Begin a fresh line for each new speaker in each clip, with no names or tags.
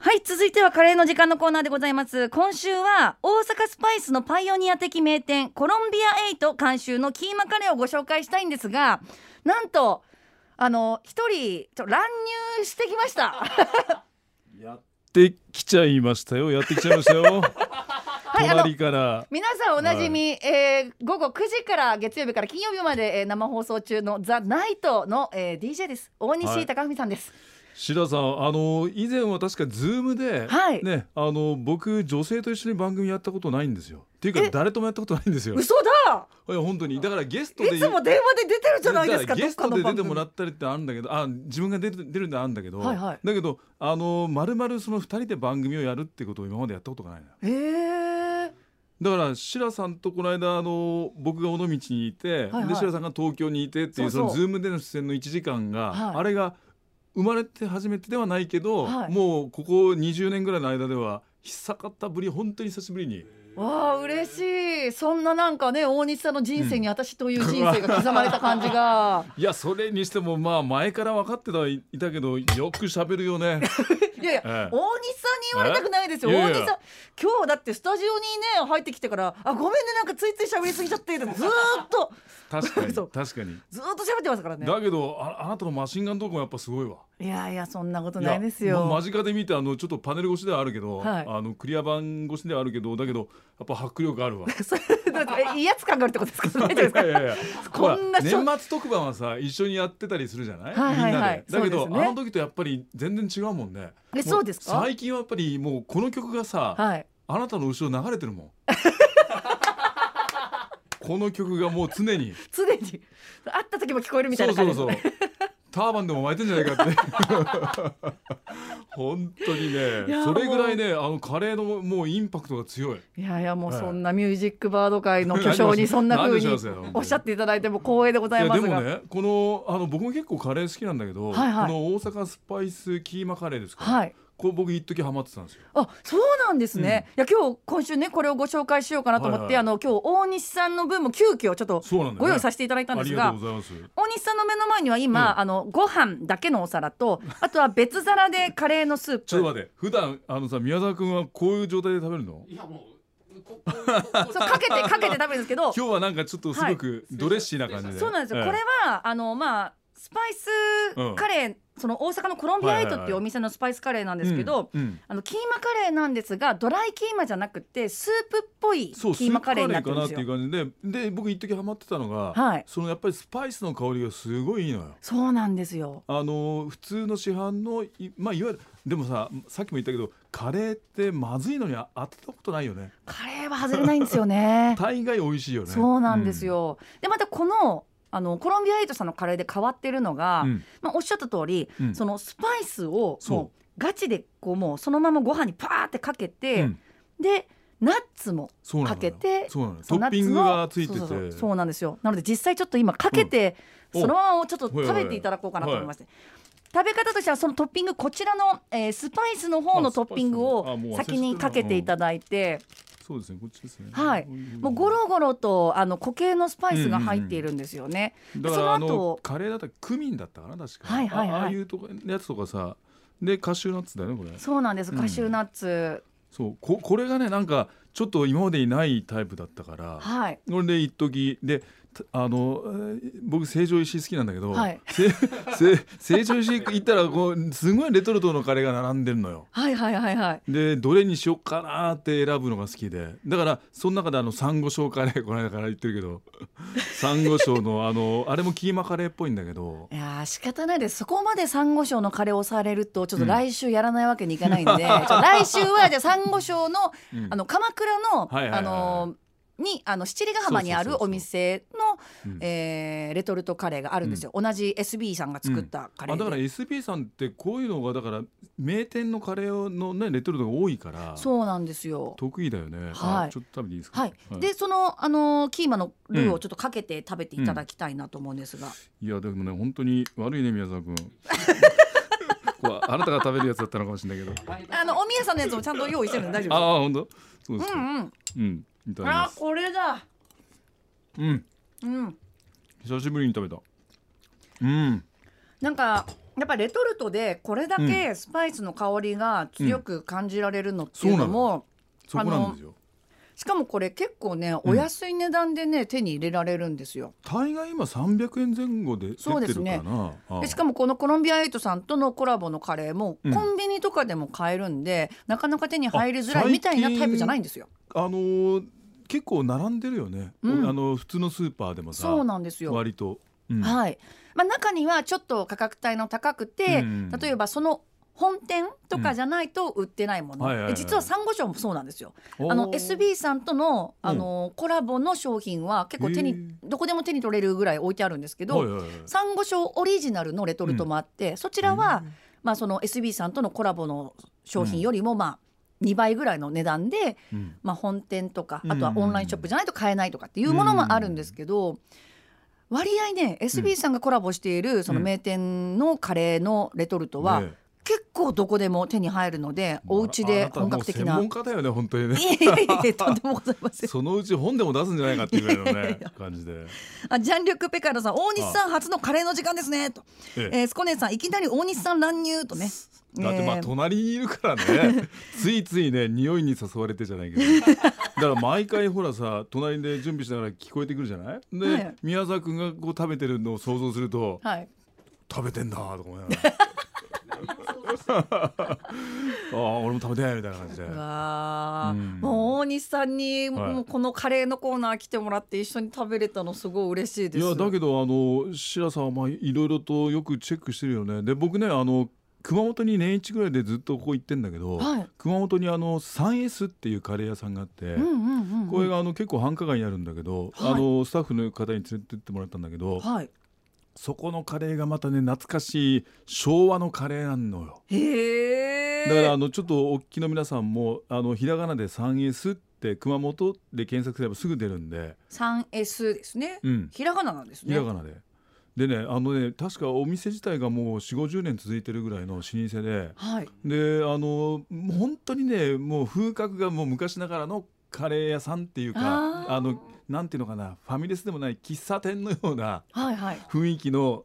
はい続いてはカレーの時間のコーナーでございます今週は大阪スパイスのパイオニア的名店コロンビアエイト監修のキーマカレーをご紹介したいんですがなんとあの一人ちょ乱入してきました
やってきちゃいましたよやってきちゃいまし たよ
いあの
隣から
皆さんおなじみ、えー午後9時から月曜日から金曜日まで、えー生放送中の「ザ・ナイトの、えー DJ です大
は
西
い
貴文さんです、
白さんあの以前は確かズームで、
はい
ねあの僕女性と一緒に番組やったことないんですよっていうか
え
誰ともやったことないんですよい
嘘だ
や本当にだからゲストで
いつも電話で出てるじゃないですか
だらゲストで出てもら
っ
ったりってあるんだけどあ自分が出て出るんであるんだけど、
はいはい
だけどあのまるまるその二人で番組をやるってことを今までやったことがないな
えー、
だからシラさんとこの間あの僕が尾道にいて、
はいはい
でシラさんが東京にいてっていう
そ
そう
そう
のズームでの出演の1時間が、
はい
あれが生まれて初めてではないけど、
はい
もうここ20年ぐらいの間では久方ぶり本当に久しぶりに
わあ嬉しいそんななんかね大西さんの人生に私という人生が刻まれた感じが、
いやそれにしてもまあ前から分かってたはいいたけどよく喋るよね。
いやいや、 大西さん
ええ
に言われたくないですよ
えいやい
大
や
西さん今日だってスタジオにね入ってきてから「あごめんねなんかついつい喋りすぎちゃって」ずーっと
確かに
そう
確かに。
ずーっと喋ってますからね
だけどああなたのマシンガントークもやっぱすごいわ。
いやいやそんなことないですよ
やま間近で見てあのちょっとパネル越しではあるけど、
はい
あのクリア版越しではあるけどだけどやっぱ迫力あるわ。
それだってえ威圧感があるってことですか大丈夫ですか
いやいやいや
こんな
ほ
し
ら
ょ
年末特番はさ一緒にやってたりするじゃない、
はいはいはい
みんなでだ
そ
けど、
うですね
あの時とやっぱり全然違うもんね
えそうですか
も最近はやっぱりもうこの曲がさ、
はい
あなたの後ろ流れて るもんこの曲がもう常に
常に会った時も聞こえるみたいな感じですね
そうそうそうターバンでも巻いてんじゃないかって 本当に
いや
ねそれぐらいねあのカレーのもうインパクトが強い
いやいやもう
はい
そんなミュージックバード界の巨匠にそんな 風に
何でしょうね
おっしゃっていただいても光栄でござい
いや
ます
で
が
もねこのあの僕も結構カレー好きなんだけど、
はいはい
この大阪スパイスキーマカレーですか、
はい
これ僕一時ハマってたんですよ
あそうなんですね、いや今日今週ねこれをご紹介しようかなと思って、
はいはい
あの今日大西さんの分も急遽ちょっと
そうなんだよね
ご用意させていただいたん
あ
です
り
が
がとうございます
大西さんの目の前には今、
うん
あのご飯だけのお皿とあとは別皿でカレーのスープ
ちょっと待って普段あのさ宮沢君はこういう状態で食べるの
いやもうここ
そうかけてかけて食べるんですけど
今日はなんかちょっとすごくドレッシーな感じで、
そうなんですよ、
ええ
これはあのまあスパイスカレー、その大阪のコロンビアエイトっていうお店のスパイスカレーなんですけど、
うんうん
あのキーマカレーなんですがドライキーマじゃなくてスープっぽいキ
そう
ーマカレーになって
スー
るん
プ
です
カレー
よ
か。なっていう感じでで僕一時ハマってたのが、
はい
そのやっぱりスパイスの香りがすごいいいのよ
そうなんですよ。
あの普通の市販のい,、まあ、いわゆるでもささっきも言ったけどカレーってまずいのにあ当てたことないよね。
カレーは外れないんですよね
大概美味しいよね
そうなんです、よ。でまたこのあのコロンビアエイトさんのカレーで変わってるのが、
うん
まあおっしゃった通り、
うん
そのスパイスを
そう
もうガチでこうもうそのままご飯にパーってかけて、
うん
でナッツも
そうな
か
の
け
よ
て
そうなのよト
そう
ッピング
ナッツの
がついてて
そうそうそうそうなんですよなので実際ちょっと今かけて、
うんお
そのままちょっと食べていただこうかなと思いまして、食べ方としてはそのトッピングこちらの、えースパイスの方の
あスパ
ト
イ
ッピ
ス
ング
あ
を
もう忘れちゃった
先にかけていただいて
そうですねこっちですね
はいもうゴロゴロとあの固形のスパイスが入っているんですよね。
だか
そ
ら
の
あ
後
のカレーだったらクミンだったかな確か
はいはいはい
あああいうとこやつとかさでカシューナッツだよねこれ
そうなんです
うん
カシューナッツ、
そうここれがねなんかちょっと今までにないタイプだったから
はい
それで一時でたあのえー僕成城石井好きなんだけど、
はい
せせ成城石井行ったらこうすごいレトルトのカレーが並んでるのよ。
はいはいはいはい
でどれにしようかなって選ぶのが好きでだからその中であのサンゴ礁カレーこの間から言ってるけ どサンゴ礁のあのあれもキーマカレーっぽいんだけど
いやー仕方ないですそこまでサンゴ礁のカレーをされるとちょっと来週やらないわけにいか ないんで、じゃあ来週はじゃあサンゴ礁の
うん
あの鎌倉の、
はいはいはいはい
あのにあの七里ヶ浜にあ
そうそ
る
うそうそう
お店の
うん
えーレトルトカレーがあるんですよ、同じ SB さんが作ったカレ
あ
ーで、
だから SB さんってこういうのがだから名店のカレーの、ね、レトルトが多いから
そうなんですよ
得意だよね、
はい
あちょっと食べていいですか、
はい、でその、あのーキーマのルー
う
を
ん
ちょっとかけて食べていただきたいなと思うんですが、
いやでもね本当に悪いね宮沢 君これあなたが食べるやつだったのかもしれないけど
あのおみやさんのやつもちゃんと用意してるんで大 丈
あ
夫
あ本当そう
で
で
すす
か
うんうん
うん、いただきま
あー
す
これだ
うん
うん
久しぶりに食べたうん
なんかやっぱレトルトでこれだけスパイスの香りが強く感じられるのって
そう
いう
な
の
の
も、
そこなんですよ
しかもこれ結構ねお安い値段でね、手に入れられるんですよ。
大概今300円前後で出
そうで
て
す
る
ね
かなああ
でしかもこのコロンビアエイトさんとのコラボのカレーも
うん
コンビニとかでも買えるんで、なかなか手に入りづら
あ
いみたいなタイプじゃないんですよ。
あのー結構並んでるよね、
うん
あの普通のスーパーでもさ
そうなんですよ。
割と、うん
はい。まあ中にはちょっと価格帯の高くて、
うん
例えばその本店とかじゃないと売ってないもの、
うんはいはいはい
え実は珊瑚礁もそうなんですよ。
おー
あの SB さんとのあのコラボの商品は結構手
へ
に
ー
どこでも手に取れるぐらい置いてあるんですけど、
はいはいはい
サンゴ礁オリジナルのレトルトもあって、そちらは、まあ、その SB さんとのコラボの商品よりも、まあ、2倍ぐらいの値段で、
うん
まあ、本店とか
うん
あとはオンラインショップじゃないと買えないとかっていうものもあるんですけど、割合ね SB さんがコラボしているその名店のカレーのレトルトは、
ね
結構どこでも手に入るのでお家
あ
で
なた
本格的な。
もう専門家だよね本当にね
いえいえいえとんでもございません
そのうち本でも出すんじゃないかっていうぐらいの
いやい
ね
や
感じで、
あジャンリュック・ペカロさん大西さん初のカレーの時間ですねと、
ええ
えー、スコネさんいきなり大西さん乱入とね
だってまあ
えー
隣にいるから ねついついね匂いに誘われてじゃないけどだから毎回ほらさ隣で準備しながら聞こえてくるじゃないで、
はい
宮沢君がこう食べてるのを想像すると
はい
食べてんだとか思いながら ああ俺も食べたいみたいな感じで
うわー
うん
もう大西さんに
はい
もうこのカレーのコーナー来てもらって一緒に食べれたのすごい嬉しいで
い
す
やだけどあのシラさんはまあいろいろとよくチェックしてるよねで僕ねあの熊本に年一ぐらいでずっとここ行ってんだけど、
はい
熊本にあの 3S っていうカレー屋さんがあって、
うんうんうん
これがあの結構繁華街にあるんだけど、
はい
あのスタッフの方に連れてってもらったんだけど、
はい
そこのカレーがまたね懐かしい昭和のカレーなんのよ。
へえ
だからあのちょっとお聞きの皆さんもあのひらがなで 3S って熊本で検索すればすぐ出るんで、
3S ですね、
うん、
ひらがななんです
ひ
ね
らがなで。でねあのね確かお店自体がもう4 5 0年続いてるぐらいの老舗で
はい
であのもう本当にねもう風格がもう昔ながらのカレー屋さんっていうか
あー
あのなんていうのかなファミレスでもない喫茶店のような
はいはい
雰囲気の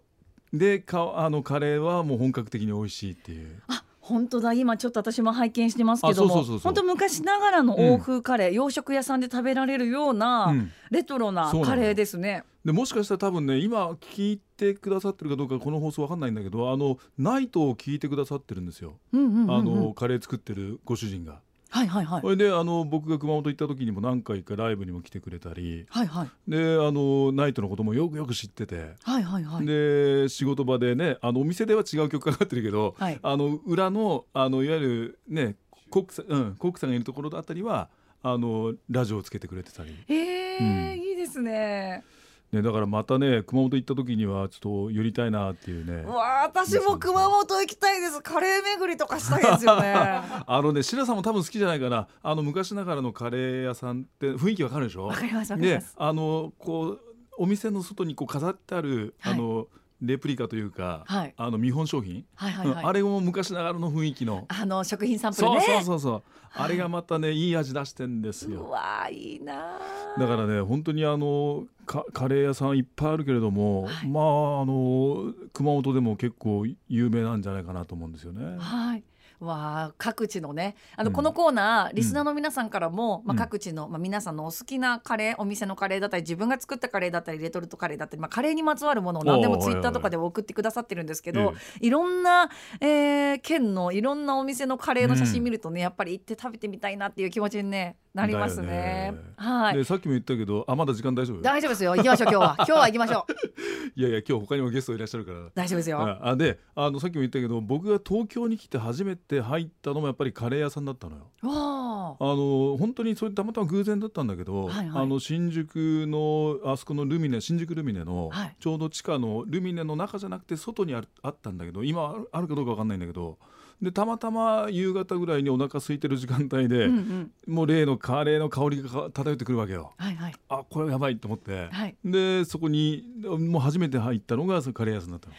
でかあのカレーはもう本格的に美味しいっていう
あ本当だ今ちょっと私も拝見してますけど
あそ
も
うそうそうそう
本当昔ながらの欧風カレー、洋食屋さんで食べられるような、
うん
レトロな
そうな
カ
の
レーですね
でもしかしたら多分ね今聞いてくださってるかどうかこの放送わかんないんだけどあのナイトを聞いてくださってるんですよ、
うんうんうんうん
あのカレー作ってるご主人が。
はいはいはい
それであの僕が熊本行った時にも何回かライブにも来てくれたり
はいはい
であのナイトのこともよくよく知ってて、
はいはいはい
で仕事場でねあのお店では違う曲かかってるけど、
はい
あの裏のあのいわゆるねコックさん、うん、コックさんがいるところだったりはあのラジオをつけてくれてたり、
えー
うん
いいですね
ね、だからまたね熊本行った時にはちょっと寄りたいなっていうね
うわあ私も熊本行きたいですカレー巡りとかしたい ですよねわ
あのね白さんも多分好きじゃないかなあの昔ながらのカレー屋さんって雰囲気わかるでしょ
かりますわかりま
ね
す、
あのこうお店の外にこう飾ってある、
はい
あのレプリカというか、
はい
あの見本商品、
はいはいはい、
うんあれも昔ながらの雰囲気の、
あの食品サンプル
そう
ね
そうそうそう、あれがまたねいい味出してんです
う
よ
わあいいなあ
だからね本当にあのかカレー屋さんいっぱいあるけれども、
はい
まああの熊本でも結構有名なんじゃないかなと思うんですよね。
はい。わあ各地のねあの、
うん
このコーナーリスナーの皆さんからも、まあ、
うん
各地の、まあ、皆さんのお好きなカレーお店のカレーだったり自分が作ったカレーだったりレトルトカレーだったり、まあ、カレーにまつわるものを何でも
おー
ツイッターと
は
か
い
で送ってくださってるんですけ
え
ど、いろんな、えー県のいろんなお店のカレーの写真見るとね、やっぱり行って食べてみたいなっていう気持ちに、ね、なりますね。
だよね
はい
でさっきも言ったけどあまだ時間大丈夫
大丈夫ですよ行きましょう今 日は今日は行きましょう
いやいや今日他にもゲストいらっしゃるから
大丈夫ですよ、
ああであのさっきも言ったけど僕が東京に来て初めて入ったのもやっぱりカレー屋さんだったのよ。
わ
あの本当にそれたまたま偶然だったんだけど、
はいはい
あの新宿のあそこのルミネ新宿ルミネの、
はい
ちょうど地下のルミネの中じゃなくて外にあるあったんだけど今あるあるかどうかわかんないんだけどでたまたま夕方ぐらいにお腹空いてる時間帯
あ
で、
うんうん
もう例のカレーの香りがか漂ってくるわけよ。
はいはい
あこれやばいと思って、
はい
でそこにもう初めて入ったのがそのカレー屋さんだったの。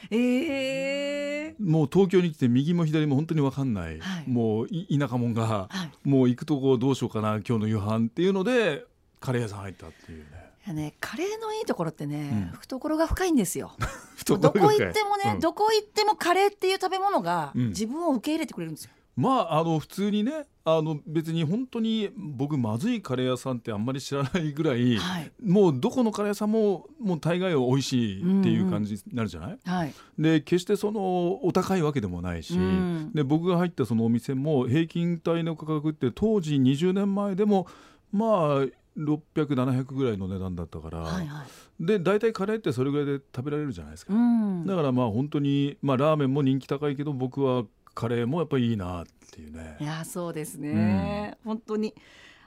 えー、
もう東京に来て右も左も本当に分かんない、
はい
もうい田舎者が
はい
もう行くとこどうしようかな今日の夕飯っていうのでカレー屋さん入ったっていうね
やねカレーのいいところってね、
うん
懐が深いんですよ ど
懐が
こ
深い
行ってもね、
うん
どこ行ってもカレーっていう食べ物が
うん
自分を受け入れてくれるんですよ、
まああの普通にねあの別に本当に僕まずいカレー屋さんってあんまり知らないぐらい、
はい
もうどこのカレー屋さんももう大概美味しいっていう感じになるじゃない、
はい
で決してそのお高いわけでもないし、
うん
で僕が入ったそのお店も平均帯の価格って当時20年前でもまあ600700ぐらいの値段だったから、
はいはい
で大体カレーってそれぐらいで食べられるじゃないですか、
うん
だからまあ本当にまあラーメンも人気高いけど僕はカレーもやっぱりいいなっていうね
いやそうですね、本当に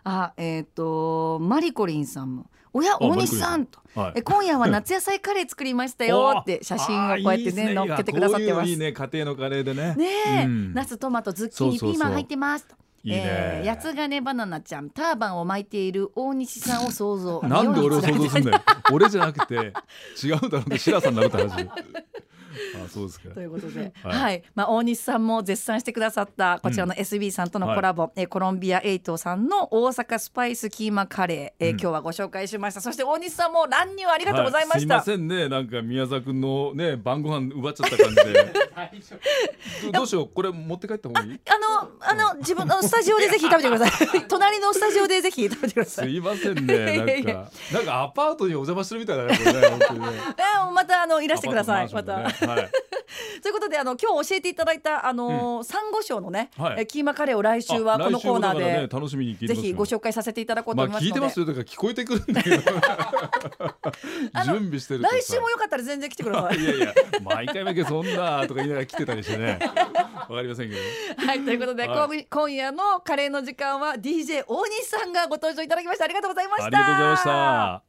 あえっ、とマリコリンさんも「おや大西さん」と
は
「え今夜は夏野菜カレー作りました よ」って写真をこうやってね載っけてくださってます。
いいね家庭のカレーでね
ねえ、
うん
ナストマトズッキーニ
そうそうそう
ピーマン入ってますと。
いいね
えー八つ金バナナちゃんターバンを巻いている大西さんを想像
なんで俺を想像するん
だ
だよ俺じゃなくて違うだろうって白さんになるって話あそうですか
ということで、 は、
はいい
まあ大西さんも絶賛してくださったこちらの SB さんとのコラボ、えーコロンビアエイトさんの大阪スパイスキーマカレー、えー
うん
今日はご紹介しました。そして大西さんも乱入ありがとうございました。
はすいませんねなんか宮沢君のね晩ご飯奪っちゃった感じ でどどうしようこれ持って帰った方がいい
あのあの自分のスタジオでぜひ食べてください。 隣のスタジオでぜひ食べてくださ
す
い。
いません
い
ね
や
ない
やい
ん
や
かなんかアパートにお邪魔してるみたいだねこれね本 当にね
えーまたあのいらしてください。
アパ
ま
ート
た。
のマンションでねはい
ということであの今日教えていただいたあのー、サンゴ礁のね、
はい
えキーマカレーを来週は
あ
このコーナー
来週もだから
で、
ね楽しみに聞いて
ぜ
ますよ
ひご紹介させていただこうと
まあ
思いますの
聞い
で、
てますよだから聞こえてくるんだけど準
あの
備してるとさ
来週もよかったら全然来てください。
いやいや毎回だけそんなとか言いながら来てたりし てねわかりませんけど
はいということで、
は
今今夜のカレーの時間は DJ 大西さんがご登場いただきましたありがとうございました。
ありがとうございました。